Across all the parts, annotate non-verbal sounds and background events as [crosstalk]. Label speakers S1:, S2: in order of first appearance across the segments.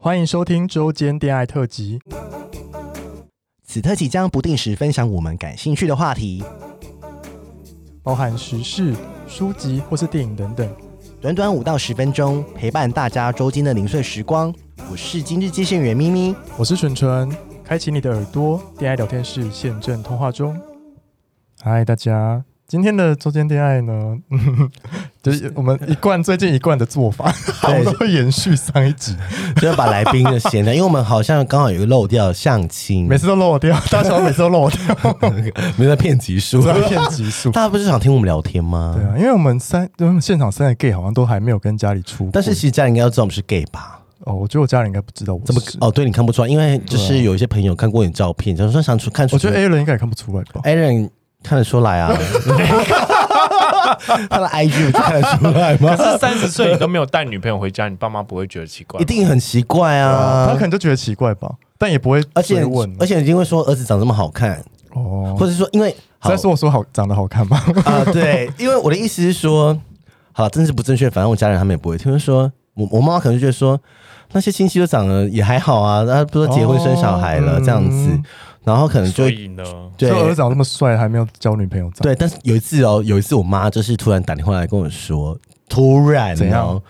S1: 欢迎收听周间恋爱特辑。
S2: 此特辑将不定时分享我们感兴趣的话题，
S1: 包含时事、书籍或是电影等等。
S2: 短短五到十分钟，陪伴大家周间的零碎时光。我是今日接线员咪咪，
S1: 我是纯纯，开启你的耳朵，恋爱聊天室现正通话中。嗨，大家，今天的周间恋爱呢， [laughs] 就是我们一贯最近一贯的做 [laughs] 法，我们都会延续上一集，
S2: 就要把来宾的 [laughs] 闲聊，因为我们好像刚好有一个漏掉相亲，
S1: 每次都漏掉， [laughs] 大家每次都漏掉，
S2: [laughs]
S1: 啊
S2: 没在骗集数，
S1: 只要骗集数。
S2: 大家不是想听我们聊天吗？
S1: 对啊，因为我们三，因为我们现场三个 gay 好像都还没有跟家里出，
S2: 但是其实家人应该要知道我们是 gay 吧？
S1: 哦，我觉得我家人应该不知道我
S2: 怎么
S1: 是？
S2: 哦？对你看不出来，因为就是有一些朋友看过你照片，想说想出看出，
S1: 我觉得 A 人应该也看不出来吧。
S2: Aaron 看得出来啊， [laughs] 他的 IG 不就看得出来吗？
S3: 可是三十岁你都没有带女朋友回家，你爸妈不会觉得奇怪
S2: [laughs]
S3: 吗？
S2: 一定很奇怪
S1: 他
S2: 啊
S1: 可。能就觉得奇怪吧，但也不会
S2: 而
S1: 追
S2: 且
S1: 问啊
S2: 而且因为说儿子长这么好看，
S1: 哦。
S2: 或者说因为好
S1: 再说我说好长得好看吗？ [laughs]
S2: 啊、对，因为我的意思是说，好了，政治不正确，反正我家人他们也不会听。就是说我我妈妈可能就觉得说，那些亲戚都长得也还好啊，那不是结婚生小孩了、
S1: 哦
S2: 这样子
S1: 嗯，
S2: 然后可能就
S3: 所以呢，
S2: 对
S1: [laughs] 说儿子长这么帅，还没有交女朋友，，
S2: 对，但是有一次哦，有一次我妈就是突然打电话来跟我说，突然
S1: 怎样
S2: 哦，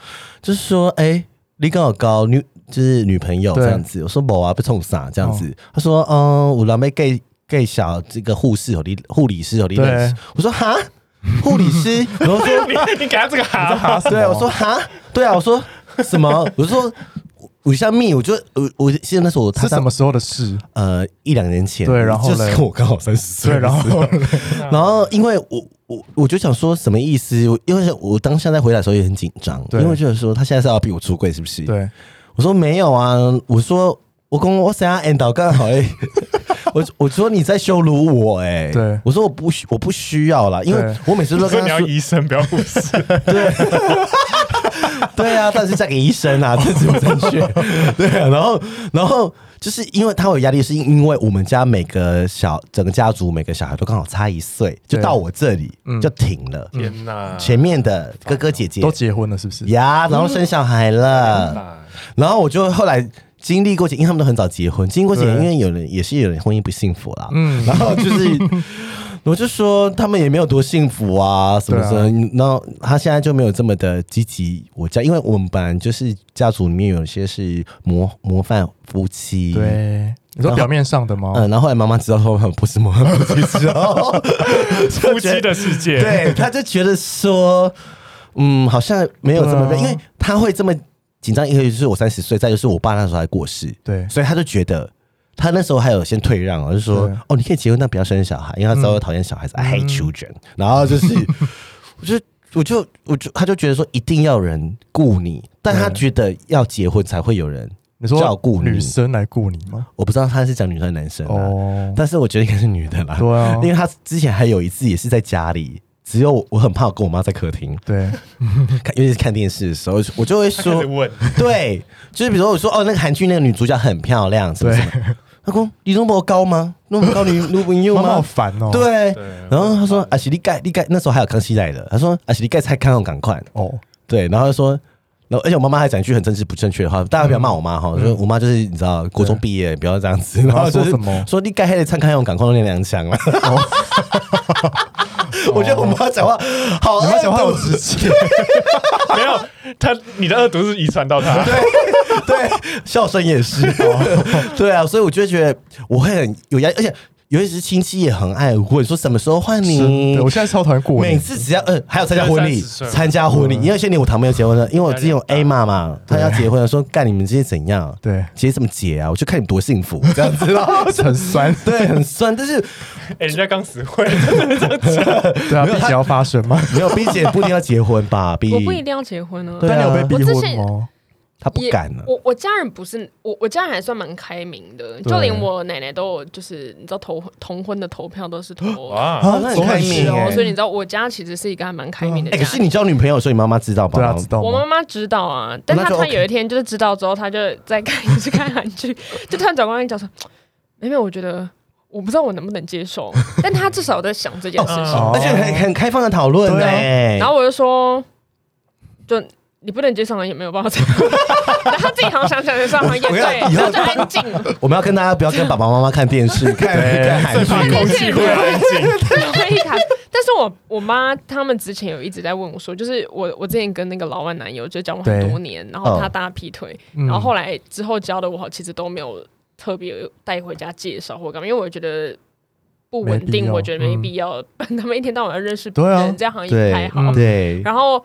S2: 就是说，哎、你跟我高女就是女朋友
S1: 对哦
S2: 这样子，我说某啊被冲傻这样子，她说，嗯，我狼狈 gay gay 小这个护士有你护理师有你
S1: 对
S2: 认识，我说哈。护
S1: [laughs]
S2: 理师，然后说，
S3: 你你给他这个哈
S1: 哈
S3: 哈，
S1: 什么
S2: 对，我说哈，对啊，我说什么？我说我我像蜜，我就我我记得那时候我他
S1: 是什么时候的事？
S2: 呃一两年前，
S1: 对然后
S2: 就是
S1: 嘞
S2: 跟我刚好三十岁
S1: 对，
S2: 的时
S1: 然
S2: 候，
S1: 后
S2: [laughs] 然后因为我我我就想说什么意思？我因为我当下在回来的时候也很紧张，
S1: 对
S2: 因为就是说他现在是要逼我出柜是不是？，
S1: 对，
S2: 我说没有啊，我说我跟我想要 end 到刚好
S1: [laughs]
S2: 哎、我我说你在羞辱我哎、
S1: 对
S2: 我说我不需我不需要啦，因为
S1: 对
S2: 我每次都
S3: 我说
S2: 跟
S3: 你
S2: 他
S3: 要
S2: 说，
S3: 医生不要护士，
S2: 对啊，但是嫁给医生
S1: [laughs]
S2: 啊，这只有正确，
S1: 哦
S2: 对啊，然后然后就是因为他有压力，是因为我们家每个小整个家族每个小孩都刚好差一岁，就
S1: 对
S2: 到我这里
S1: 嗯
S2: 就停了，
S3: 天哪，
S2: 嗯前面的哥哥姐姐
S1: 都嗯结婚了是不是？
S2: 呀，然后生小孩了，
S3: 啦
S2: 然后我就后来经历过结，因为他们都很早结婚，经历过结，
S1: 对
S2: 因为有人也是有人婚姻不幸福啦，
S1: 嗯
S2: 然后就是。
S1: [laughs]
S2: 我就说他们也没有多幸福啊，什么什么，然后他现在就没有这么的积极。我家，因为我们本来就是家族里面有些是模模范夫妻，，
S1: 对，你说
S2: 然后
S1: 表面上的吗？
S2: 嗯，然后后来妈妈知道说他们不是模范夫妻之后，
S3: [laughs]
S1: [laughs]
S3: 夫妻的世界，
S2: 对，他就觉得说，嗯，好像没有这么
S1: 对
S2: 累，
S1: 啊
S2: 因为他会这么紧张，一个就是我三十岁，再就是我爸那时候还过世，
S1: 对
S2: 所以他就觉得。他那时候还有先退让哦，就说
S1: 对嗯
S2: 哦，你可以结婚，但不要生小孩，因为他知道我讨厌小孩子、i hate children。然
S1: [laughs]
S2: 后就是，我就我就我就他就觉得说一定要有人顾你，但他觉得要结婚才会有人
S1: 你说
S2: 照顾你
S1: 女生来顾你吗？
S2: 我不知道他是讲女生还是男生、啊、
S1: 哦，
S2: 但是我觉得应该是女的啦。
S1: 对啊
S2: 因为他之前还有一次也是在家里，只有我我很怕我跟我妈在客厅，
S1: 对，
S2: 看尤其是看电视的时候，我就会
S3: 他开
S2: 说
S3: 始，问，
S2: [laughs] 对，就是比如说我说哦，那个韩剧那个女主角很漂亮，什么什么，她说李钟博高吗？那么高你你不
S1: [laughs]
S2: 用
S1: 妈妈好
S2: 吗？
S1: 烦哦。
S2: 对
S3: 对，
S2: 然后她说啊，是你盖你盖，那时候还有康熙来了，她说啊，是你盖菜看好赶快，
S1: 哦，
S2: 对，然后她说。然后，而且我妈妈还讲一句很政治不正确的话，大家不要骂我妈哈，就是我妈就是你知道，国中毕业不要这样子，然后
S1: 嗯说
S2: 就是
S1: 什么
S2: 说你盖黑的餐看用赶快用两
S1: [laughs]
S2: 枪了。我觉得我妈讲话好
S1: 你
S2: 恶毒，
S1: 妈讲话好直
S2: 哦
S1: 接，
S3: 没有他，你的恶毒是遗传到他，
S2: [laughs] 对，笑声也是。对啊，所以我就觉得我会很有压力，而且尤其是亲戚也很爱问，说什么时候换
S1: 真
S2: 你
S1: 的，我。现在超讨厌过
S2: 每
S1: 年。
S2: 次只要嗯，还有参加婚礼，
S3: 30岁
S2: 参加婚礼，因为现在我堂妹要结婚了，因为我之前有 A 妈嘛，她要结婚了，说干你们这些怎样？
S1: 对
S2: 结什么结啊？我就看你们多幸福，这样子啦。
S1: [laughs] 很酸，
S2: 对，很酸，但是
S3: 哎，人家刚死会，
S1: 对啊，并且要发生吗？
S2: 没有，并且不一定要结婚吧？毕
S4: 我不一定要结婚啊。
S2: 对啊
S1: 但你有被逼
S4: 我之
S1: 婚
S4: 前
S1: 吗？
S2: 她不
S4: 也
S2: 敢啊了。
S4: 我我家人不是我，我家人还算蛮开明的，
S1: 对
S4: 就连
S2: 嗯
S4: 我奶奶都有，就是你知道投同婚的投票都是投，哦
S3: 哇，
S2: 啊那很开明
S1: 总
S2: 欸
S1: 很哦
S4: 所以你知道我家其实是一个还蛮开明的
S2: 哎，
S4: 家
S2: 可
S4: 庭。
S2: 是你交女朋友，所以你妈妈知道吧？
S1: 对啊，知道
S4: 我妈
S1: 吗？
S4: 妈知道啊，但她
S2: 哦那就
S4: 突
S2: OK
S4: 然有一天就是知道之后，她就在看一直看韩
S2: [laughs]
S4: 剧，就突然转过来跟你讲说：“妹妹，我觉得我不知道我能不能接受，但她至少在想这件事情。 [laughs]
S1: 哦
S2: 而且很很开放的讨论
S1: 对啊
S2: 哎。
S4: 然后我就说：“就你不能接受了也没有办法接 [laughs] 受，然后他自己好像想想就上好像也
S2: 我跟
S4: 对，
S2: 你讲以后
S4: 然后就安静。
S2: 我们要跟大家不要跟爸爸妈妈看电视，看看韩剧。
S4: 对
S3: 空气会安静。
S4: 可以谈。但是我我妈他们之前有一直在问我说，就是我我之前跟那个老外男友就交往很多年，然后他大劈腿，
S1: 嗯
S4: 然后后来之后交的我其实都没有特别带回家介绍或干嘛，因为我觉得不稳
S1: 没必
S4: 定，
S1: 要
S4: 我觉得没必要。 [laughs] 他们一天到晚要认识别
S1: 对啊
S4: 人，这样好像也
S2: 对嗯
S4: 不太好。
S2: 对，
S4: 然后。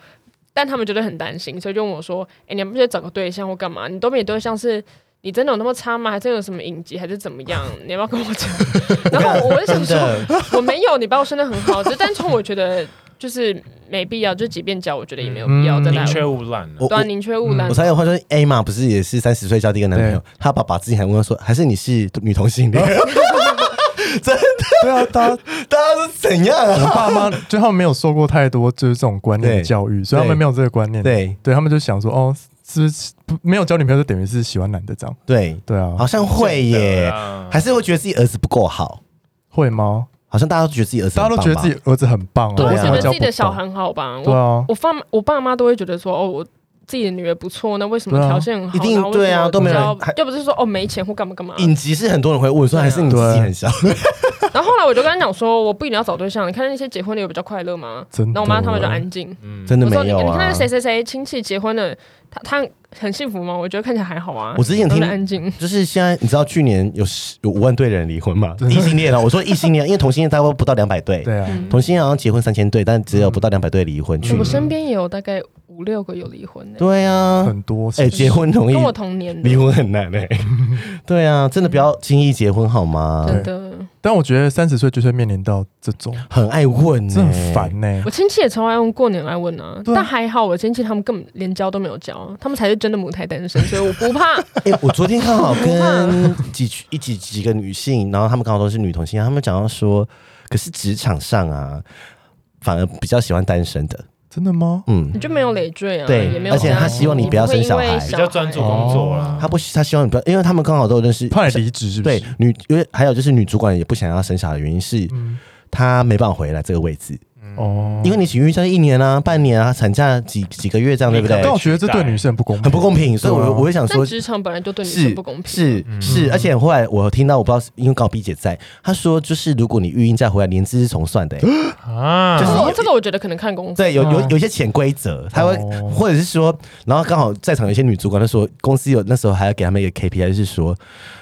S4: 但他们觉得很担心，所以就问我说：“哎、你们不是找个对象或干嘛？你都没有对象是，你真的有那么差吗？还是有什么隐疾，还是怎么样？你要不要跟
S2: [laughs]
S4: 我讲？”然后我就想
S2: 真
S4: 说，
S2: 的，
S4: 我没有，你把我生的很好，只是单纯我觉得就是没必要，就即便交，我觉得也没有必要
S1: 嗯
S4: 再来
S3: 宁。缺毋滥啊
S2: 我
S4: 对啊，
S2: 我
S4: 宁缺毋滥
S2: 嗯我。才有话说艾玛不是也是三十岁交第一个男朋友，她爸爸之前还问她说，还是你是女同
S1: [laughs]
S2: 性恋？
S1: 对 [laughs] 啊，大家
S2: 大家是怎样
S1: 我
S2: 啊？
S1: 爸
S2: [laughs]
S1: 妈就他们没有受过太多就是这种观念的
S2: 对
S1: 教育，所以他们
S2: 对
S1: 没有这个观念。，
S2: 对
S1: 对他们就想说，哦，是不是不没有交女朋友就等于是喜欢男的这样？
S2: 对，
S1: 对啊，
S2: 好像会
S3: 对
S2: 耶，
S3: 啊
S2: 还是会觉得自己儿子不够好，
S1: 会吗？
S2: 好像大家都觉得自己儿子
S1: 大家
S2: 很棒
S1: 都
S2: 吧，
S1: 觉得自己儿子很棒啊，
S2: 对啊
S1: 为
S4: 我
S1: 什
S4: 觉
S1: 么
S4: 得
S1: 教不
S4: 自己的小
S1: 到？
S4: 孩很好吧？
S1: 对
S4: 我
S1: 啊，
S4: 我爸我爸妈都会觉得说，哦，我自己的女儿不错，那为什么
S1: 对啊
S4: 条件很好？
S2: 一定
S4: 然后为
S2: 对啊
S4: 什么
S2: 都没有
S4: 交
S2: 人还
S4: 又不是说哦没钱或干嘛干嘛。
S2: 影集是很多人会问说，
S4: 啊
S2: 还是你自己很小？
S4: 然后后来我就跟他讲说，我不一定要找对象，你看那些结婚的有比较快乐吗？
S1: 真的。
S4: 然后我妈他们就安静。
S3: 嗯
S2: [laughs] 真的
S4: 我说
S2: 没
S4: 你
S2: 有
S4: 你
S2: 啊
S4: 看那。谁谁谁亲戚结婚的，他他很幸福吗？我觉得看起来还好啊。
S2: 我之前
S4: 都
S2: 听
S4: 是安静。
S2: 就是现在，你知道去年有十有五万对人离婚嘛？
S1: 对
S2: 异性恋啊，我说异性恋，因为同性恋大概不到两百对，
S1: 对啊，
S2: 哎
S4: 嗯
S2: 同性恋好像结婚三千对，但只有不到两百对离婚。去
S4: 哎我
S2: 年
S4: 身边也有大概五六个有离婚的、
S2: 对啊，
S1: 很多
S2: 哎、结婚容易
S4: 跟，我同年的
S2: 离，婚很难哎、
S1: [laughs]
S2: 对啊，真的不要轻易结婚好吗？
S4: 真的。
S1: 但我觉得三十岁就是会面临到这种，
S2: 很爱问、欸，
S1: 这很烦呢、
S4: 我亲戚也超爱用过年来问啊，
S1: 对啊
S4: 但还好我亲戚他们根本连交都没有交，他们才是真的母胎单身，所以我不怕。
S2: 哎、我昨天刚好
S4: [laughs]
S2: 跟几群一起几个女性，然后她们刚好都是女同性，她们讲到说，可是职场上啊，反而比较喜欢单身的，
S1: 真的吗？
S2: 嗯
S4: 你，就没有累赘啊，
S2: 对
S4: 也没有
S1: 而
S4: 家
S1: 且
S4: 庭。
S1: 他希望
S2: 你不要生小孩
S4: 你不会因为
S3: 比较专注工作啦。
S2: 她不，她希望你不要，因为她们刚好都认识，
S1: 怕你离职是不是？
S2: 对，女，因为还有就是女主管也不想要生小孩的原因是，
S1: 嗯，
S2: 她没办法回来这个位置，
S1: 哦，
S2: 因为你请孕假一年啊、半年啊、产假几几个月这样，对不对
S1: 但？我觉得这对女生很不公平，
S2: 很不公平，所以我
S1: 对啊嗯
S2: 我会想
S4: 但
S2: 说，
S4: 职场本来就对女
S2: 是
S4: 生不公平。
S2: 是是，而且后来我听到，我不知道是，因为刚好 B 姐在，她说就是如果你育婴假回来，年资是重算的、
S1: 嗯
S2: 欸
S3: 啊，
S2: 就是
S4: 哦，这个我觉得可能看公司。
S2: 对，有有
S1: 哦
S2: 有一些潜规则，她会
S1: 哦
S2: 或者是说，然后刚好在场有一些女主管，她说公司有那时候还要给他们一个 KPI，就是说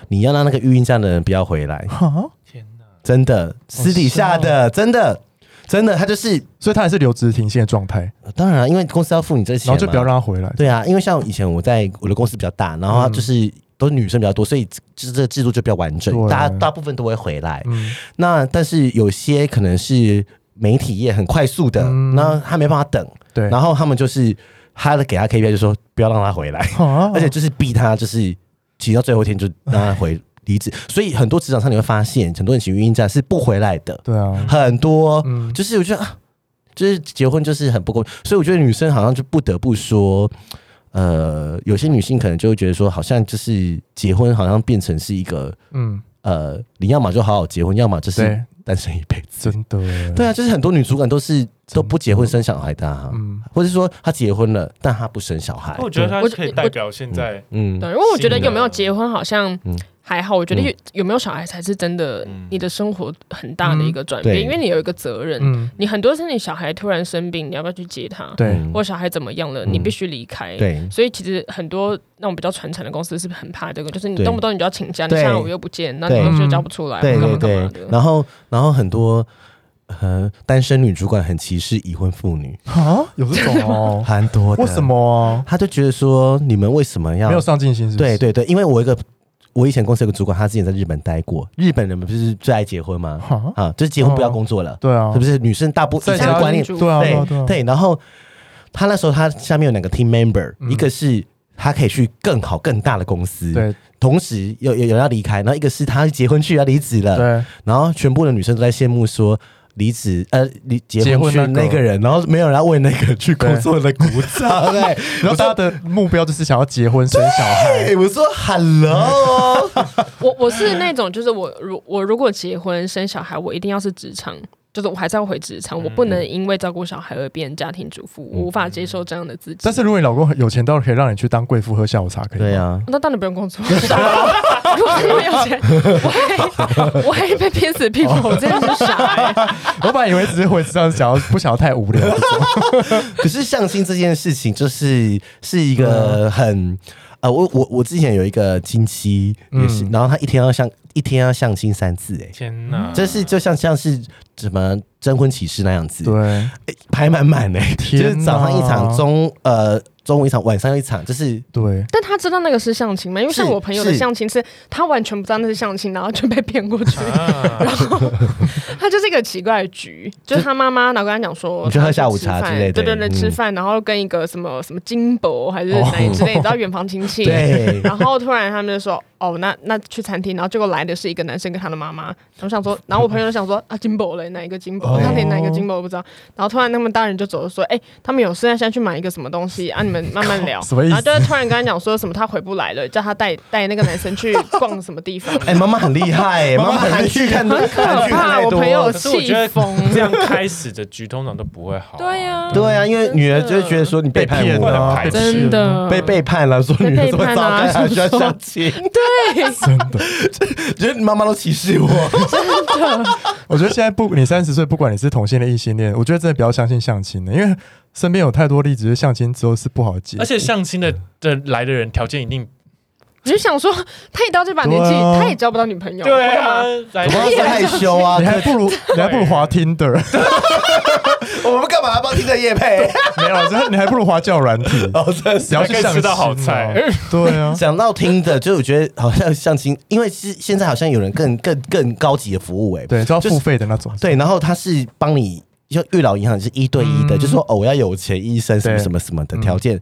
S2: 你要让那个育婴假的人不要回来，
S1: 哈，
S3: 天哪，
S2: 真的，私底下的，
S1: 哦
S2: 真的。真的，她就是
S1: 所以她还是留职停薪的状态，
S2: 当然啊，因为公司要付你这些钱
S1: 然
S2: 嘛，
S1: 后就不要让她回来。
S2: 对啊，因为像以前我在我的公司比较大，然
S1: 嗯
S2: 后就是都是女生比较多，所以就是这个制度就比较完整，
S1: 对啊
S2: 大家大部分都会回来。
S1: 嗯，
S2: 那但是有些可能是媒体业很快速的，
S1: 嗯
S2: 那、他没办法等，
S1: 对，
S2: 然后他们就是他的给他 KPI 就说不要让他回来，
S1: 啊
S2: 而 [laughs] 且就是逼他就是请到最后一天就让他回离职，所以很多职场上你会发现很多人请育婴假是不回来的，
S1: 对啊，
S2: 很多，
S1: 嗯，
S2: 就是我觉得啊，就是结婚就是很不公平，所以我觉得女生好像就不得不说，呃，有些女性可能就会觉得说，好像就是结婚好像变成是一个
S1: 嗯，
S2: 呃，你要么就好好结婚，要么就是
S1: 对，
S2: 单身一辈子。
S1: 真的，
S2: 对啊，就是很多女主管都是都不结婚生小孩的、啊，
S1: 嗯，
S2: 或者说她结婚了，但她不生小孩。
S3: 我觉得它
S4: 我
S3: 可以代表现在，
S2: 嗯，
S4: 哦对，因为我觉得
S3: 新的
S4: 有没有结婚好像
S2: 嗯
S4: 还好，我觉得
S2: 嗯
S4: 有有没有小孩才是真的
S3: 嗯
S4: 你的生活很大的一个转变，
S2: 对
S4: 因为你有一个责任，
S1: 嗯，
S4: 你很多是你小孩突然生病，你要不要去接他？
S1: 对，
S2: 嗯
S4: 或小孩怎么样了，你
S2: 嗯
S4: 必须离开。
S2: 对
S4: 所以其实很多那种比较传产的公司是很怕这个，就是你
S2: 对
S4: 动不动你就要请假，你
S2: 对
S4: 下午又不见，那你
S2: 对
S4: 就交不出来，
S2: 对
S4: 干嘛
S2: 对
S4: 干嘛
S2: 对，
S4: 的。
S2: 然后然后很多呃单身女主管很歧视已婚妇女，
S1: 啊，有这种哦，
S2: [laughs] 很多的
S1: 为什？么啊？
S2: 她就觉得说你们为什么要
S1: 没有上进心是不
S2: 对
S1: 是？
S2: 对对，因为我一个我以前公司有个主管，他之前在日本待过，日本人不是最爱结婚吗？
S1: 哈，
S2: 啊，就是结婚不要
S1: 哦
S2: 工作了，
S1: 对啊
S2: 是，不是？女生大部
S1: 在
S2: 以前
S1: 家
S2: 的观念
S4: 里，
S1: 对啊，对啊，
S2: 对
S1: 对啊，
S2: 对，然后他那时候他下面有两个 team member，、
S1: 嗯
S2: 一个是。他可以去更好、更大的公司，
S1: 对
S2: 同时有有有人要离开，然后一个是他结婚去要离职了，
S1: 对，
S2: 然后全部的女生都在羡慕说离职呃离结
S1: 结
S2: 婚
S1: 婚
S2: 去
S1: 那个
S2: 那个人，然后没有人要为那个去工作的鼓掌，哎，
S1: 然后大家的目标就是想要结婚生小孩， [laughs]
S2: 哎，我说 hello，
S4: 我我是那种，就是我如我如果结婚生小孩，我一定要是职场，就是我还是要回职场，我不能因为照顾小孩而变家庭主妇，我无法接受这样的自己。
S1: 但是如果你老公很有钱到可以让你去当贵妇喝下午茶，可以吗
S2: 对啊，
S4: 那当然不用工作。如果那么有钱，我还我还被拼死拼活，我真的是傻、欸。
S1: 我本来以为只是会这样想要不想要太无
S2: [laughs]
S1: 聊，
S2: 可是相亲这件事情，就是是一个很。呃，我我我之前有一个亲戚也是，然后他一天要相一天要相亲三次、欸，哎，
S3: 天哪，
S2: 这是就像像是什么征婚启事那样子，
S1: 对，
S2: 欸排满满 [laughs] 哎，就
S1: 天哪
S2: 是早上一场，中呃中午一场，晚上一场，就是
S1: 对，
S4: 但他知道那个是相亲吗？因为像
S2: 是
S4: 我朋友的
S2: 是
S4: 相亲是，他完全不知道那是相亲，然后就被骗过去。
S3: 啊，
S4: [laughs] 他就是一个奇怪的局，就是他妈妈，然后跟他讲说，
S2: 你去喝下午茶
S4: 他去
S2: 之类的
S4: 吃饭对对对，
S2: 嗯哦
S4: 吃饭，然后跟一个什么什么金伯还是哪里之类，你知道远房亲
S2: [laughs]
S4: 戚。
S2: 对，
S4: 然后突然他们就说，哦，那那去餐厅，然后结果来的是一个男生跟他的妈妈，我想
S2: [laughs]
S4: 说，然后我朋友就想说，啊，金伯嘞，哪一个金伯
S1: 哦？
S4: 他连哪一个金伯都不知道。然后突然他们大人就走了，说，哎，他们有事，那现在去买一个什么东西啊？你们慢
S2: [laughs]
S4: 慢聊。
S1: 什么意思
S4: 然后就会突然跟他讲说什么他回不来了，叫他带带那个男生去逛什么地方。
S2: 哎、妈妈很厉害、 [laughs] 欸，妈妈韩剧看多，
S4: 很可
S2: 韩剧看
S4: 怕，
S2: 太
S4: 我
S2: 多
S4: 朋友
S2: 了。
S3: 可是我
S4: 气
S3: 觉得
S4: 疯。
S3: 这样开始的局 [laughs] 通常都不会好、
S4: 对呀、、
S2: 对啊，因为女儿就会觉得说你背叛
S1: 被骗
S2: 我
S1: 了
S2: 了，
S1: 啊
S4: 真的
S2: 被背叛了，说女儿这么糟糕，
S4: [laughs] 被背叛啊
S2: 还需要相亲，
S4: [laughs] 对，
S1: 真的，
S2: [laughs] 觉得你妈妈都歧视我。
S1: 我觉得现在不，你三十岁，不管你是同性恋、异性恋，我觉得真的不要相信相亲的，因为身边有太多例子，就是相亲之后是不好解。
S3: 而且相亲的的来的人条件一定
S4: 我就想说，他也到这把年纪，
S1: 对啊
S4: 他也交不到女朋友，
S3: 对啊
S4: 干嘛，
S3: 来
S2: 我妈是害羞啊
S1: 你，还不如你还不如滑 Tinder，
S2: 我们干嘛要帮听着叶
S4: [laughs]
S2: 配？
S1: 没有，真的你还不如滑教软体，
S2: 然后真的是
S1: 只要去
S3: 还可以
S1: 相
S3: 吃到
S1: 亲
S3: 好菜
S1: 哦。对
S2: [laughs]
S1: 啊，
S2: 讲到听的，就是我觉得好像相亲，因为是现在好像有人更更更高级的服务哎、
S1: 对，啊就要
S2: 就是
S1: 付费的那种。
S2: 对，然后他是帮你就月老银行是一对一的，
S1: 嗯
S2: 就是说哦我要有钱医生什么
S1: 对
S2: 什么什么的条件，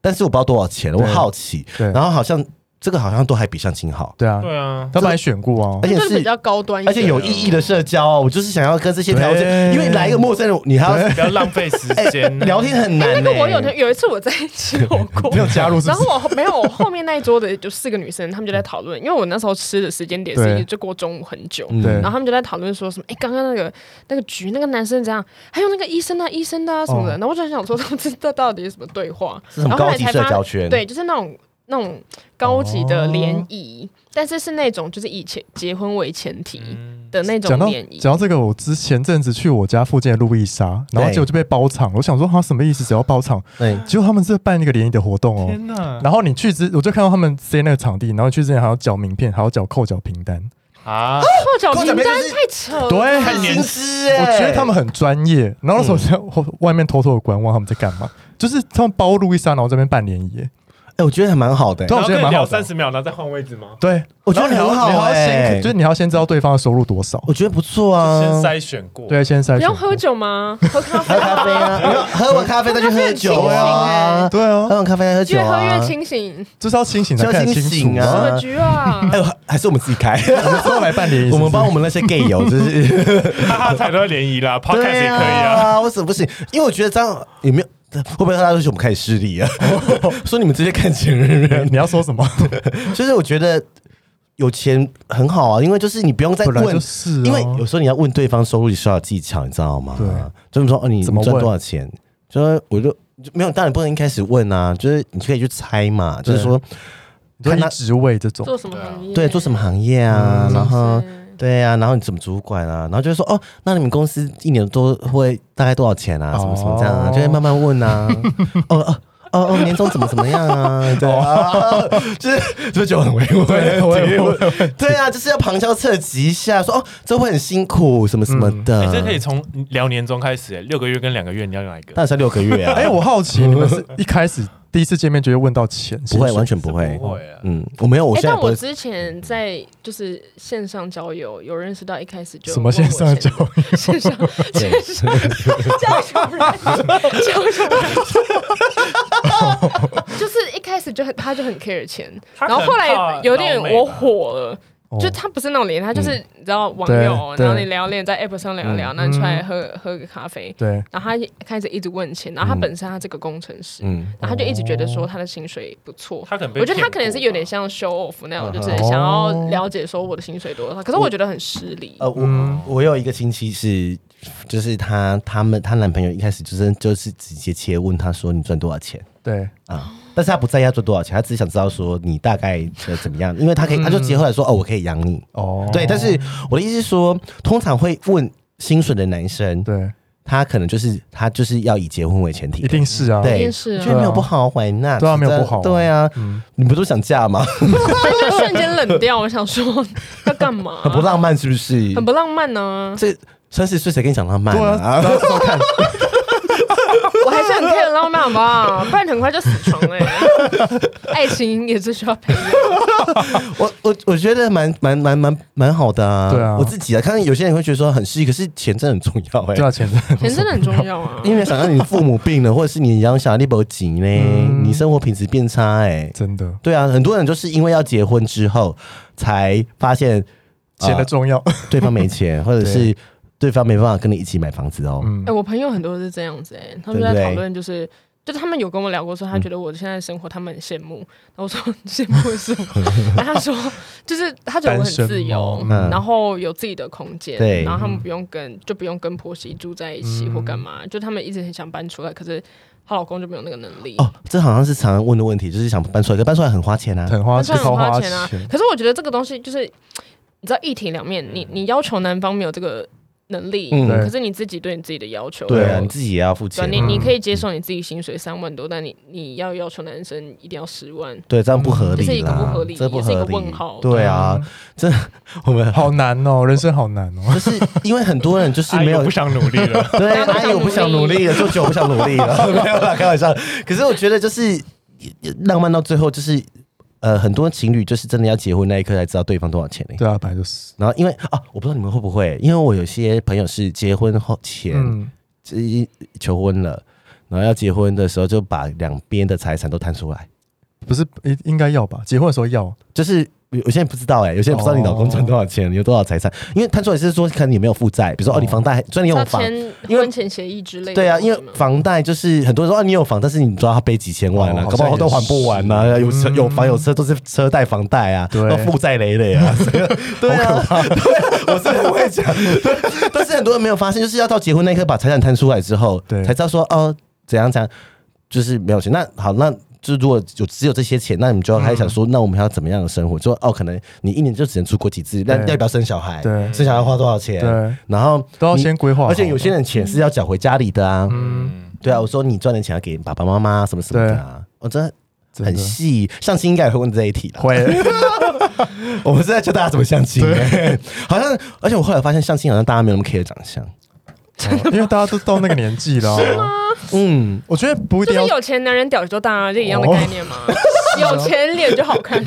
S2: 但是我不知道多少钱了，我
S1: 对
S2: 好奇，
S1: 对
S2: 然后好像这个好像都还比相亲好，
S1: 对啊，
S3: 对啊，
S1: 他把你选过啊
S2: 而，且
S4: 就是比
S2: 是
S4: 较高端一
S2: 而
S4: 点，啊
S2: 且有意义的社交哦，我就是想要跟这些条件，
S1: 对
S2: 因为来一个陌生人，你还要
S3: 不要浪费时
S2: 哎
S3: 间、啊
S2: 聊天很难、
S4: 哎。
S2: 欸。
S4: 那个我有天有一次我在 [laughs] 吃火锅
S1: 没，有加入是
S4: 然
S1: 不
S4: 后
S1: 是？
S4: 我没有我后面那一桌的就四个女生，她们就在讨论，因为我那时候吃的时间点是
S1: 对
S4: 就过中午很久，
S2: 嗯
S1: 对
S4: 然后他们就在讨论说什么，哎，刚刚那个那个局那个男生怎样，还有那个医生啊医生的啊什么的，
S1: 哦
S4: 然后我就很想说，他们这这到底是什么对话？
S2: 是什么
S4: 然后后
S2: 高
S4: 来
S2: 级
S4: 才
S2: 社
S4: 发
S2: 交圈？
S4: 对，，就是那种那种高级的联
S1: 哦
S4: 谊，但是是那种就是以前结婚为前提
S3: 嗯
S4: 的那
S1: 讲
S4: 种
S1: 到
S4: 联谊。
S1: 讲到这个，我之前阵子去我家附近的路易莎，然后
S2: 对
S1: 结果就被包场。我想说，哈，什么意思？只要包场，
S2: 对
S1: 结果他们是办一个联谊的活动哦。
S3: 天哪
S1: 然后你去之，我就看到他们塞那个场地，然后去之前还要缴名片，还要缴扣缴凭单。
S3: 啊！
S4: 泡脚
S2: 泡脚
S4: 名
S2: 名
S4: 单
S2: 就是
S4: 太扯了，
S1: 对
S2: 很
S3: 年
S2: 年嗯资哎、
S1: 我觉得他们很专业。然后那时候我在后外面偷偷的观望他们在干嘛，就是他们包路易莎，然后这边办联谊耶。
S2: 哎、我觉得还蛮好的、
S1: 对
S2: 欸，
S1: 我
S3: 然后
S1: 觉得
S3: 跟你
S1: 蛮
S3: 聊
S1: 好的
S3: 三十秒，然后再换位置吗？
S1: 对，
S2: 我觉得
S1: 然后
S2: 很好
S1: 你要你要
S2: 哎
S1: 先，就是你要先知道对方的收入多少。
S2: 我觉得不错啊。
S3: 先筛选过，
S1: 对，先筛选
S4: 不用。喝酒吗？喝咖啡
S2: 喝咖啡啊，没有喝完咖啡再去喝酒啊，
S1: 对啊
S2: 喝，完咖啡再喝 [laughs] 酒
S4: 越喝
S2: 啊，
S4: 越清醒，
S1: 就是要清醒才看得
S2: 就要清
S1: 清
S2: 醒
S1: 楚
S4: 什
S2: 啊
S4: 么局啊？
S2: 哎呦，还是我们自己开，
S1: 我们之后来办联谊，
S2: 我们帮我
S1: 们
S2: 们那些 gay 友，就是
S3: 哈哈，才都要联谊啦 p o d c a
S2: 对
S3: s 也可以啊。
S2: 啊，为什么不行？因为 [laughs] 我觉得这样也没有。会不会大家都说我们开始势利啊？ [laughs] 说你们这些看钱人，
S1: 你要说什么？
S2: 就是我觉得有钱很好啊，因为就是你不用再
S1: 本来
S2: 问，
S1: 就是啊，
S2: 因为有时候你要问对方收入需要有技巧，你知道吗？
S1: 对，
S2: 就是说哦，你
S1: 怎么
S2: 你赚
S1: 问
S2: 多少钱？就说我就就没有，当然不能一开始问啊，就是你可以去猜嘛，就是说
S1: 你说一职位这种，
S4: 做什么行业？
S2: 对做什么行业啊，
S1: 嗯
S2: 然后
S4: 是
S2: 对啊，然后你怎么主管啊，然后就说哦，那你们公司一年多会大概多少钱啊？什么什么这样啊，
S1: 哦
S2: 就会慢慢问
S1: [laughs]
S2: 啊，哦哦。哦哦，年终怎么怎么样啊？对啊，
S1: 哦
S2: 就是就是就很委
S1: 对
S2: 婉，
S1: 我也我
S2: 对 [laughs] 对啊，就是要旁敲侧击一下，说哦，这会很辛苦，什么什么的。
S3: 哎，这可以从聊年中开始，哎六个月跟两个月，你要哪一个？
S2: 但才六个月啊！
S1: [laughs] 哎，我好奇你们是一开始第一次见面就会问到钱，
S2: 不
S1: 薪
S2: 会，
S1: 水
S2: 完全不会
S3: 是，
S1: 哦
S3: 不会啊
S2: 嗯，我没有，我
S4: 哎，
S2: 现在
S4: 但
S2: 不
S4: 我
S2: 会。
S4: 之前在就是线上交友，有认识到一开始就
S1: 什么线上交友，
S4: [laughs] 线上
S2: 对
S4: 线上交友软体，交友 [laughs] 软体就是一开始就很他就很 care 钱，
S3: 他
S4: 然后后
S3: 很怕
S4: 来有点
S3: 老妹吧
S4: 我火了，
S1: 哦
S4: 就他不是那种连，他就是
S2: 嗯
S4: 你知道网
S1: 对
S4: 友，
S1: 对
S4: 然后你聊脸，在 app 上聊聊，
S1: 嗯
S4: 那你出来喝喝个咖啡，
S1: 对，
S4: 然后他也开始一直问钱，然后他
S2: 嗯
S4: 本身他这个工程师， [laughs]
S2: 嗯，哦
S4: 然后他就一直觉得说他的薪水不错。
S3: 他可能被
S4: 我觉得他
S3: 骗
S4: 可能是
S3: 过
S4: 有
S3: 吧
S4: 点像 show off 那
S2: 嗯哦
S4: 种，就是
S1: 哼
S4: 想要了解说我的薪水多少，可是我觉得很失礼。
S2: 呃，我、
S1: 嗯
S2: 我有一个亲戚是，就是她他们她男朋友一开始就是就是直接切问她说你赚多少钱
S1: 对，
S2: 啊、但是她不在意她赚多少钱，她只是想知道说你大概呃怎么样，因为她可以，她就直接后来说哦，我可以养你，
S1: 哦，
S2: 对。但是我的意思是说，通常会问薪水的男生，
S1: 对，
S2: 他可能就是他就是要以结婚为前提
S1: 一
S2: 的，
S1: 定是啊，
S2: 对，
S4: 一定是啊
S2: 我觉得没有不好，Why not？
S1: 对啊没有
S2: 真的
S1: 不好啊
S2: 对啊，
S1: 嗯，
S2: 你不都想嫁吗？ [laughs]
S4: 他就瞬间冷掉，我想说 [laughs] 要干嘛？
S2: [laughs] 很不浪漫是不是？
S4: 很不浪漫啊呢。
S2: 这三十岁谁跟你讲浪漫
S1: 对啊，
S2: 啊？
S1: 大家知道看，
S4: 我还是很 care 浪漫，好不好？不然很快就死床
S2: [laughs]
S4: 了。爱情也是需要培养。
S2: 我我我觉得蛮蛮蛮蛮蛮好的啊。
S1: 对啊
S2: 我自己啊，看看有些人会觉得说很失意，可是钱真的很重要哎、
S1: 对啊，钱真
S4: 钱真的很重要啊。
S2: 因为想到你父母病了，或者是你养小孩不紧嘞，
S1: [laughs] 嗯
S2: 你生活品质变差哎、
S1: [laughs] 真的
S2: 对啊，很多人就是因为要结婚之后才发现呃
S1: 钱的重要，
S2: 对方没
S1: [laughs]
S2: 钱，或者是对方没办法跟你一起买房子哦。
S1: 嗯
S4: 哎、，我朋友很多是这样子哎、他们
S2: 对
S4: 就
S2: 不
S4: 在讨
S2: 对嗯
S4: 论就是。就是他们有跟我聊过，说他觉得我现在的生活他们很羡慕，然后我说 [laughs] 羡慕什么？ [laughs] 然后他说就是他觉得我很自由
S1: 单身，
S2: 吗嗯
S4: 然后有自己的空间，
S2: 对嗯
S4: 然后他们不用跟就不用跟婆媳住在一起或干嘛，就他们一直很想搬出来，可是她老公就没有那个能力。
S2: 哦，这好像是常常问的问题，就是想搬出来，可搬出来很花钱啊。
S1: 很花
S4: 那虽然
S1: 超
S4: 很花
S1: 钱
S4: 钱啊，可是我觉得这个东西就是，你知道一体两面，你你要求男方没有这个能力，
S2: 嗯
S4: 可是你自己对你自己的要求，
S2: 对啊，你自己也要付
S4: 对啊，
S2: 钱。
S4: 你
S1: 嗯
S4: 你可以接受你自己薪水三万多，但你你要要求男生一定要十万，
S2: 对，这样不合理啦，
S4: 这是一个不合理
S2: 这不合理，
S4: 也是一个问号
S2: 对啊，这我们
S1: 嗯好难哦，人生好难
S2: [laughs]
S3: [laughs]
S1: 哦，
S2: 就是因为很多人就是
S3: 阿姨
S2: 没
S3: 哎我
S2: 有。
S3: 不想努力了
S2: [laughs] 对，
S4: 大家都
S2: 阿姨我不想
S4: 想
S2: 努
S4: 努力
S2: 力了，做久我不想努力
S3: [laughs]
S2: 了，没有啦，开玩笑。可是我觉得就是浪漫到最后就是。呃，很多情侣就是真的要结婚那一刻才知道对方多少钱呢、欸
S1: 对啊，本来就是，
S2: 然后因为啊，我不知道你们会不会，因为我有些朋友是结婚后前、
S1: 嗯，
S2: 这一求婚了，然后要结婚的时候就把两边的财产都摊出来。
S1: 不是应应该要吧？结婚的时候要，
S2: 就是有有些人不知道哎、有些人不知道你老公赚多少
S3: 哦
S2: 钱，你有多少财产，因为摊出来是说可能你没有负债，比如说哦你房贷，虽然你
S4: 要
S2: 有房，
S4: 签
S2: 因为
S4: 婚前协议之类的东
S2: 对
S4: 西吗。
S2: 啊，因为房贷就是很多人说啊你有房，但是你知道他背几千万了、啊
S1: 哦
S2: 搞不好都还不完呐、
S1: 好像也
S2: 有
S1: 是
S2: 车
S1: 嗯
S2: 有房有车都是车贷房贷啊，
S1: 对
S2: 然后负债累累啊，
S1: [laughs]
S2: 对啊，对，我是很会讲， [laughs] 对，但是很多人没有发现，就是要到结婚那一刻把财产摊出来之后，
S1: 对
S2: 才知道说哦怎样怎样，就是没有钱。那好，那就如果有只有这些钱，那你们就要开始想
S1: 嗯
S2: 说，那我们要怎么样的生活？就哦，可能你一年就只能出国几次，那
S1: 对
S2: 要不要生小孩？
S1: 对
S2: 生小孩花多少哎钱？
S1: 对，
S2: 然后
S1: 都要
S2: 你
S1: 先规划好
S2: 而且有些人钱是要缴回家里的啊。
S1: 嗯，
S2: 对啊，我说你赚的钱要给爸爸妈妈什么什么的啊，我、真的
S1: 真
S2: 很
S1: 的
S2: 细。相亲应该也会问这一题啦。
S1: 会， [laughs]
S2: 我们是在教大家怎么相亲、欸， [laughs] 好像而且我后来发现相亲好像大家没有那么 care 长相。
S1: 因为大家都到那个年纪了，
S2: 嗯，
S1: 我觉得不一
S4: 就
S1: 定要
S4: 是有钱男人屌就大啊，就一样
S2: 哦
S4: 的概念
S2: [laughs]
S4: 嘛。 [laughs] 有钱脸就好看，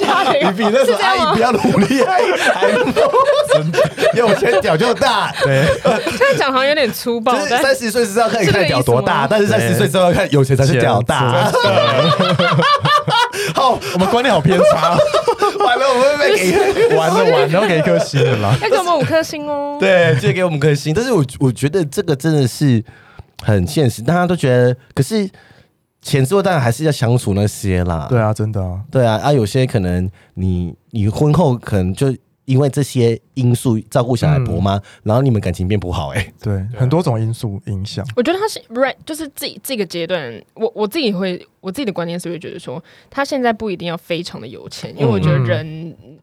S4: 吓人
S2: 你比那时
S4: 是
S2: 候
S4: 这
S2: 阿
S4: 样
S2: 姨
S4: 吗
S2: 比？较努力，阿姨还真的有钱屌就大，对，
S4: 现在讲好像有点粗暴
S2: 就，是
S4: 但
S2: 三十岁之后看你
S4: 是这
S2: 看
S4: 个
S2: 屌多大，
S4: 意思吗
S2: 但是三十岁之后看有钱才是屌大。 [laughs] 好，
S1: 我们观念好偏差，
S2: 完了，我们被给
S1: 完了完了，要给一颗星了啦。
S4: 要给我们五颗星 [laughs] 哦。
S2: 对，借给我们颗星。但是我我觉得这个真的是很现实，大家都觉得，可是钱之后当然还是要相处那些啦。
S1: [laughs] 对啊，真的啊，
S2: 对啊，啊，有些可能你你婚后可能就因为这些因素照顾小孩婆妈，然后你们感情变不好、欸，哎，
S1: 对，啊很多种因素影响，
S4: 我觉得他是 right，就是自己这个阶段，我我自己会我自己的观念是会觉得说，他现在不一定要非常的有钱，因为我觉得人，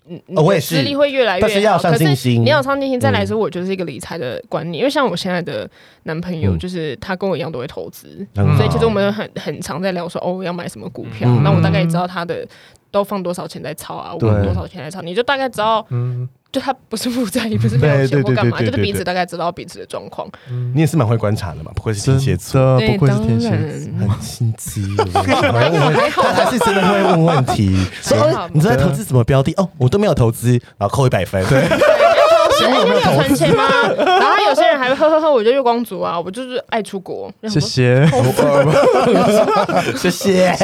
S4: 嗯，你
S2: 哦我也
S4: 的
S2: 是
S4: 资历会越来
S2: 但是
S4: 越
S2: 要
S4: 好。
S2: 上
S4: 可是
S2: 进心
S4: 你要有上进心，再来说，我觉得是一个理财的观念，因为像我现在的男朋友，
S2: 嗯
S4: 就是他跟我一样都会投资，
S2: 很好
S4: 所以其实我们很很常在聊说，哦，要买什么股票
S2: 嗯，
S4: 那我大概也知道他的。都放多少钱在炒啊？我
S1: 对
S4: 多少钱在炒？你就大概知道，
S1: 嗯
S4: 就他不是负债，也不是没有
S2: 嗯对对
S4: 钱或干嘛，
S2: 对对对
S4: 就是彼
S2: 对
S4: 此大概知道彼此的状况。
S1: 嗯，
S2: 你也是蛮会观察的嘛，不愧是
S1: 真
S2: 天蝎座。
S1: 的
S4: 对
S1: 不愧是天
S4: 当
S1: 蝎，
S4: 然
S2: 很心机，还好，他还是真的会问问题。说
S4: 还好
S2: 哦你都在投资什么标的？哦，我都没有投资，然后扣一百分。对，
S4: 哎，你有存钱吗？然后有些人还会呵呵呵，我就月光族啊，我就是爱出国。然后
S1: 谢
S4: 我 [laughs]
S1: 谢，
S2: 谢谢，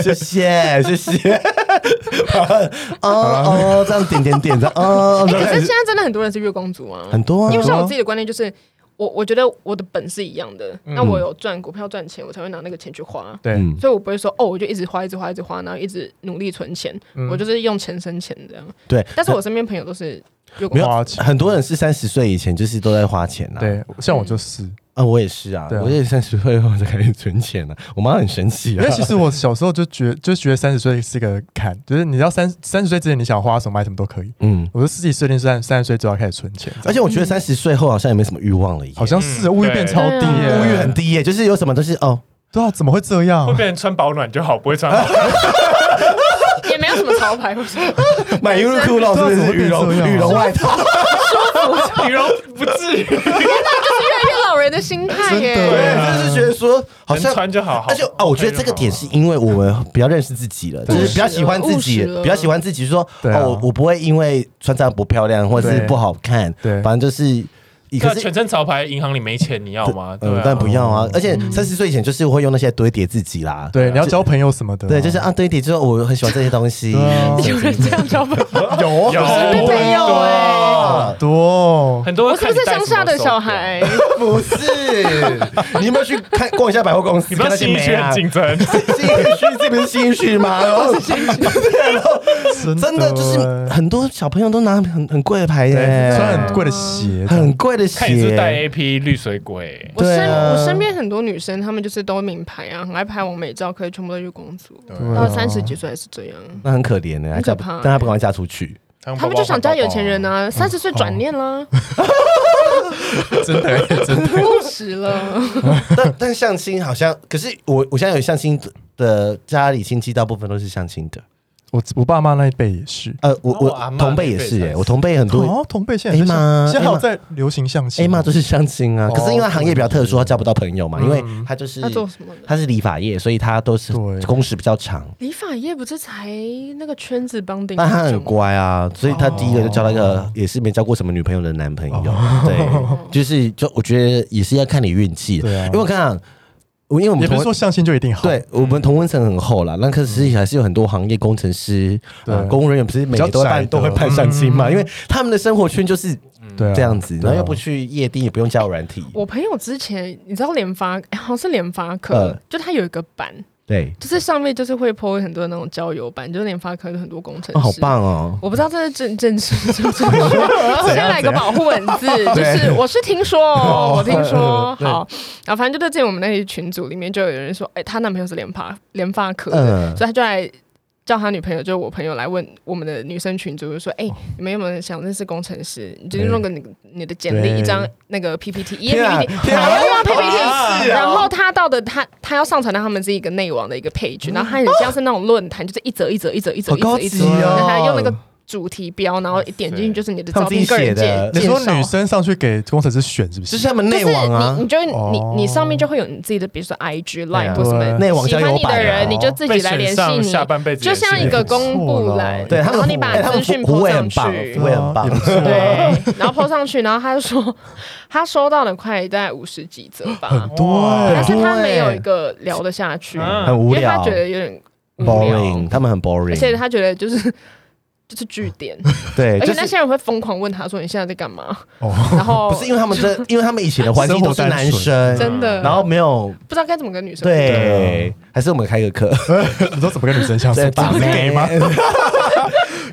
S2: 谢谢，谢谢。哦哦，这样点点点，这样哦，哦这
S4: 哎、可
S2: 样
S4: 是
S2: 开始
S4: 现在真的很多人是月光族啊，
S2: 很多啊，
S4: 因
S2: 很
S4: 为
S2: 多
S4: 像
S2: 啊
S4: 我自己的观念就是，我我觉得我的本是一样的，那我有赚股票赚钱，我才会拿那个钱去花。
S1: 对，
S2: 嗯，
S4: 所以我不会说哦，我就一直花，一直花，一直花，然后一直努力存钱，我就是用钱生钱这样。
S2: 对，
S4: 但是我身边朋友都是月光
S2: 没
S4: 族，
S1: 花钱，
S2: 很多人是三十岁以前就是都在花钱啊，
S1: 对，像我就是，
S2: 啊，我也是啊，
S1: 对啊
S2: 我也三十岁后才开始存钱啊，我妈很神奇
S1: 因
S2: 啊
S1: 为，其实我小时候就觉就觉得三十岁是个坎，就是你要三三十岁之前你想花什么买什么都可以。
S2: 嗯，
S1: 我是自己设定是三三十岁之后要开始存钱，
S2: 而且我觉得三十岁后好像也没什么欲望了耶，
S1: 好像是
S3: 嗯
S1: 物欲变超低
S4: 对
S1: 耶，
S4: 啊
S2: 物欲很低耶，就是有什么都是哦，
S1: 对啊，怎么会这样
S3: 会？变成穿保暖就好，不会穿好看。
S4: 也没有什么潮牌或什么，
S2: 买优衣库了，是不是羽绒
S1: 对啊
S2: 羽绒外套？
S3: [laughs] 羽绒不至于，
S4: 越来越老人的心态耶、
S1: 真的
S2: 对，
S1: 对啊
S2: 就是觉得说 [laughs] 好像
S3: 能。穿就好。好
S2: 而且哦，我觉得这个点是因为我们比较认识自己了，就
S1: 对
S2: 是比较喜欢自己
S4: 务实，了
S2: 比较喜欢自己，说
S1: 对啊
S2: 哦，我我不会因为穿这样不漂亮或者是
S1: 对
S2: 不好看，
S1: 对
S2: 反正就是，
S3: 对
S2: 可
S3: 啊
S2: 是
S3: 全身潮牌，银行里没钱，你要吗？对
S2: 嗯
S3: 啊，
S2: 但不要啊
S1: 嗯。
S2: 而且三十岁以前就是会用那些堆叠自己啦，
S1: 对，啊你要交朋友什么的，
S2: 对，就是啊，堆叠之后我很喜欢这些东
S1: [laughs]
S2: 西，
S1: 对
S2: [laughs]
S1: 啊
S4: 有人这样交朋友，
S2: 哦
S1: 有
S3: 有
S4: 身边朋友
S2: 啊
S4: 哎
S3: 哇
S1: 很多，
S3: 很多
S4: 我
S3: 人
S4: 是不是乡下的小孩？
S2: 不是，你有没有去看逛一下百货
S1: [laughs]
S2: 公司？
S3: 你不要
S2: 看那些
S3: 心一
S2: 美
S3: 区
S2: 啊
S3: 很竞
S2: [laughs]
S3: 争，
S2: 新区，这不是新区
S1: [laughs]
S2: 吗？然后对然后真的就是哎很多小朋友都拿很很贵的牌
S1: 对
S2: 耶，
S1: 穿很贵的鞋，
S2: 很贵的
S3: 看你是不是带
S2: 鞋，
S3: A P 绿水鬼。
S4: 我
S2: 对
S4: 身、
S2: 啊
S4: 我身边很多女生，她们就是都名牌啊，很爱拍完美照，可以全部都月光族。
S1: 对
S4: 到
S1: 啊
S4: 三十几岁还是这样，
S2: 那很可怜的，还嫁不
S4: 很可怕
S2: 但他不敢嫁出去，
S4: 他们就想嫁有钱人啊，三十岁
S2: 哦
S4: 转念啦，
S1: 真的真的，
S4: 务实了。
S2: [laughs] 但但相亲好像，可是我我现在有相亲的家里亲戚，大部分都是相亲的。
S1: 我我爸妈那一辈也是。
S2: 呃，我
S3: 我
S2: 我
S3: 阿嬷
S2: 同辈也
S3: 那辈
S2: 是啊哦
S3: 才
S2: 耶，
S3: 是
S2: 我同辈很多
S1: 好像哦同辈现在也
S2: A
S1: 是
S2: 妈
S1: 相现在还
S2: A
S1: 有
S2: 妈
S1: 在流行相亲
S2: A 妈就是相亲啊。可是因为行业比较特殊，她嫁不到朋友嘛，因为她就是
S4: 她做什么的？
S2: 她是理发业，所以她都是
S1: 对
S2: 工时比较长。
S4: 理发业不是才那个圈子帮顶，
S2: 但他很乖啊，所以他第一个就交了一个也是没交过什么女朋友的男朋友。
S4: 啊
S2: 对， [laughs] 就是就我觉得也是要看你运气，
S1: 对啊
S2: 因为我看啊我因为我们
S1: 也不
S2: 同
S1: 是说相亲就一定好，
S2: 对我们同温层很厚啦，那可是还是有很多行业工程师、
S1: 对
S2: 呃公务人员，不是每个都
S1: 比较
S2: 会
S1: 窄
S2: 办
S1: 的
S2: 都会办相亲嘛，因为他们的生活圈就是
S1: 对啊
S2: 这样子，
S1: 对啊
S2: 然后又不去夜店，也不用交友软体，
S4: 我朋友之前你知道联发，哎好像是联发科
S2: 嗯，
S4: 就他有一个版，
S2: 对，
S4: 就是上面就是会 po 很多那种交友版，就是联发科的很多工程师。
S2: 哦，好！棒哦。
S4: 我不知道这是正正式是不是，我先来个保护文
S2: [laughs]
S4: 字，就是我是听说哦，我听说好，然后反正就在之前我们那些群组里面就有人说，哎，她男朋友是联发联发科的，
S2: 嗯，
S4: 所以他就来叫他女朋友，就是我朋友来问我们的女生群主，就说：“
S2: 哦
S4: 哎、你们有没有想认识工程师？你就是弄个你你的简历，
S1: 对
S4: 一张那个 PPT，一页 [laughs]
S2: 天啊
S4: PPT，
S2: 天啊
S4: 好用啊 PPT。
S3: 是啊
S4: 然后他到的他他要上传到他们自己一个内网的一个 page，然后他很像是那种论坛，就是一则一则一则一
S2: 嗯
S4: 则
S2: 好
S4: 一
S2: 高
S4: 则一
S2: 级
S4: 则，
S2: 哦
S4: 然后他用那个主题标，然后一点进去就是你的照片、
S2: 他们自己
S4: 个
S2: 写
S4: 人
S2: 的
S4: 介
S1: 你
S4: 介
S1: 说
S4: 绍
S1: 女。”生上去给工程师选是不？
S2: 就是是他们
S4: 就
S2: 内
S4: 是
S2: 网啊
S4: 你，，你就会你
S1: 哦
S4: 你上面就会有你自己的，比如说 IG、
S2: 对啊
S4: Line 或什么
S2: 内网
S4: 喜
S2: 交友
S4: 欢你
S2: 版啊
S4: 的人，你就自己
S3: 被
S4: 来联
S3: 选
S4: 系
S3: 上
S4: 你。
S3: 下半辈子
S4: 就
S3: 也是，
S4: 像一个公布栏，
S2: 对他
S4: 然
S2: 们
S4: 后
S2: 服
S4: 你把
S2: 哎他们
S4: 资讯
S2: 服务
S4: po
S2: 会
S4: 上
S2: 很棒，
S4: 去
S2: 服务，会很
S1: 啊
S2: 棒
S1: 也，不错
S4: 对，然后 po 上去，然后他就说 [laughs] 他收到了快大概五十几则
S2: [laughs]
S4: 吧，
S1: 很多
S4: 但
S1: 哎
S4: 是他
S2: 很多欸
S4: 没有一个聊得下去，
S3: 嗯
S2: 很
S4: 因
S2: 无
S4: 为他
S2: 聊
S4: 觉得有点无聊
S2: ，boring，，他们很 boring，
S4: 而且他觉得就是。 [laughs] 就是据点，
S2: 对，
S4: 而
S2: 就
S4: 且
S2: 是
S4: 那些人会疯狂问他说：“你现在在干嘛
S1: 哦，？”
S4: 然后
S2: 不是因为他们
S4: [laughs]
S2: 真，因为他们以前的环境都是男
S1: 生活
S2: 生，
S4: 真的，
S2: 然后没有
S4: 不知道该怎么跟女生
S2: 对，还是我们开个课，
S1: [laughs] 你说怎么跟女生相处？
S2: 对，把
S1: 是
S2: 妹
S1: gay
S2: [laughs]
S1: 吗？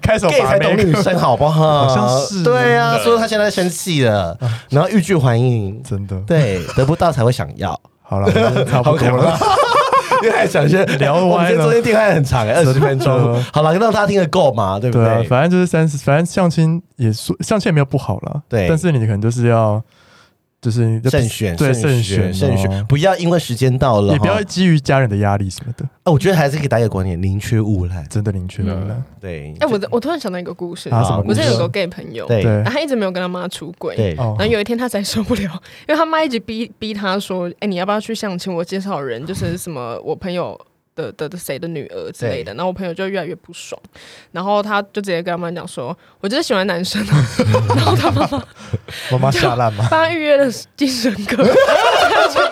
S1: 开手
S2: gay
S1: 把
S2: 才懂
S1: 妹
S2: 女，生好不好？
S1: 好像是
S2: 对啊，
S3: 真的
S2: 所以他现在生气了，然后欲拒还迎，
S1: 真的。
S2: 对，得不到才会想要，
S1: 好了，我们差不多了。 [laughs]
S2: 因为还想先
S1: 聊歪了
S2: 我们今天中间定还很长，二十分
S1: 真
S2: 钟
S1: 的，
S2: 好了，让大家听得够嘛，对不
S1: 对啊，
S2: 对？
S1: 反正就是三十，反正相亲也说相亲也没有不好啦。
S2: 对
S1: 但是你可能就是要，就是你就
S2: 慎选，
S1: 对
S2: 慎
S1: 选，
S2: 慎选，
S1: 哦，
S2: 不要因为时间到了，
S1: 也不要
S2: 哈
S1: 基于家人的压力什么的，
S2: 哦我觉得还是可以打一个观念，宁缺毋滥。
S1: 真的零缺人了。
S2: 对，
S4: 哎，我我突然想到一个故
S3: 嗯
S4: 事，
S1: 啊，什么
S2: 好
S1: 故
S4: 我
S1: 事？
S4: 之前有个 gay 朋友，
S2: 对
S1: 对
S4: 然后他一直没有跟他妈出轨，
S2: 对，
S1: 哦
S3: 哎
S4: 然后有一天他才受不了，因为他妈一直逼逼他说：“哎、你要不要去相亲？我介绍人就是什么我朋友的的的谁的女儿之类的。”然后我朋友就越来越不爽，然后他就直接跟他妈讲说：“我就是喜欢男生、啊。” [laughs] 然后他妈妈
S1: 妈妈下烂吗？
S4: 帮他预约了精神科，看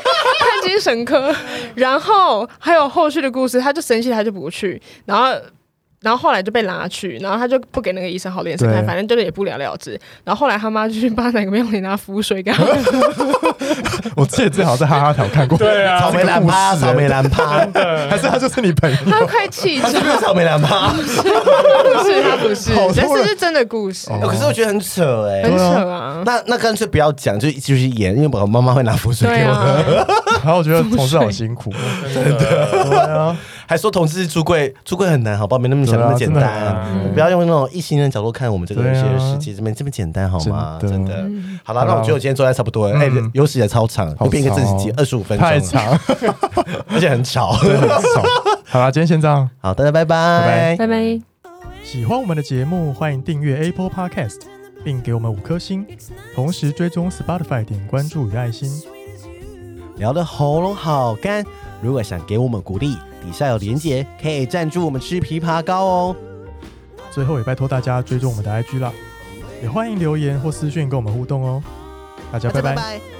S4: 精神科，然后还有后续的故事，他就生气，他就不去，然后。然后后来就被拉去，然后他就不给那个医生好脸色看，
S1: 对
S4: 反正就是也不了了之。然后后来他妈就去把哪个庙里拿符水给他，
S1: 我记得最好在哈哈条看过，
S3: [laughs] 对啊
S2: 草莓蓝
S1: [laughs]
S2: 趴，
S1: 这个故
S2: 草
S1: 事
S2: 莓蓝趴，
S1: 还是他就是你朋友？
S4: 他快气
S2: 他
S4: 死
S1: [laughs]
S2: 是不是草莓蓝趴？
S1: 哦
S4: 不是他不是
S1: 好，多
S4: 但
S1: 人
S4: 是是真的故事，
S1: 哦
S2: 哎可是我觉得很扯哎、
S4: 很扯
S1: [laughs]
S4: 啊。
S2: 那那干脆不要讲，就继续演，因为我妈妈会拿符水
S4: 对
S2: 给我，
S4: 啊，
S1: 然后我觉得同事好辛苦，哦
S3: 真的，
S1: 对啊，
S2: [laughs] 还说同志是出柜，出柜很难，好不好？没那么想
S1: 对啊
S2: 那么简单，
S1: 真的很
S4: 难
S2: 不要用那种异性恋角度看我们这个有
S1: 对啊
S2: 些世界，这边这么简单好吗？真
S1: 真
S2: 的
S1: 的，嗯
S2: 好了，那
S1: 好啦
S2: 我觉得我今天做的差不多了，哎、
S1: 嗯
S2: 有史以来超长，
S1: 好
S2: 又变一个正式集，
S1: 长
S2: 二十五分钟，
S1: 太，长，
S2: [laughs] 而且很吵。
S1: 真的很少。 [laughs] 好啦，今天先这样。
S2: 好，大家拜拜
S1: 拜
S4: 拜拜。
S1: 喜欢我们的节目，欢迎订阅 Apple Podcast，并给我们五颗星，同时追踪 Spotify 点关注与爱心。
S2: 聊的喉咙好干，如果想给我们鼓励，底下有连结，可以赞助我们吃枇杷膏哦。
S1: 最后也拜托大家追踪我们的 IG 啦，也欢迎留言或私讯跟我们互动哦。大家拜拜。
S2: 拜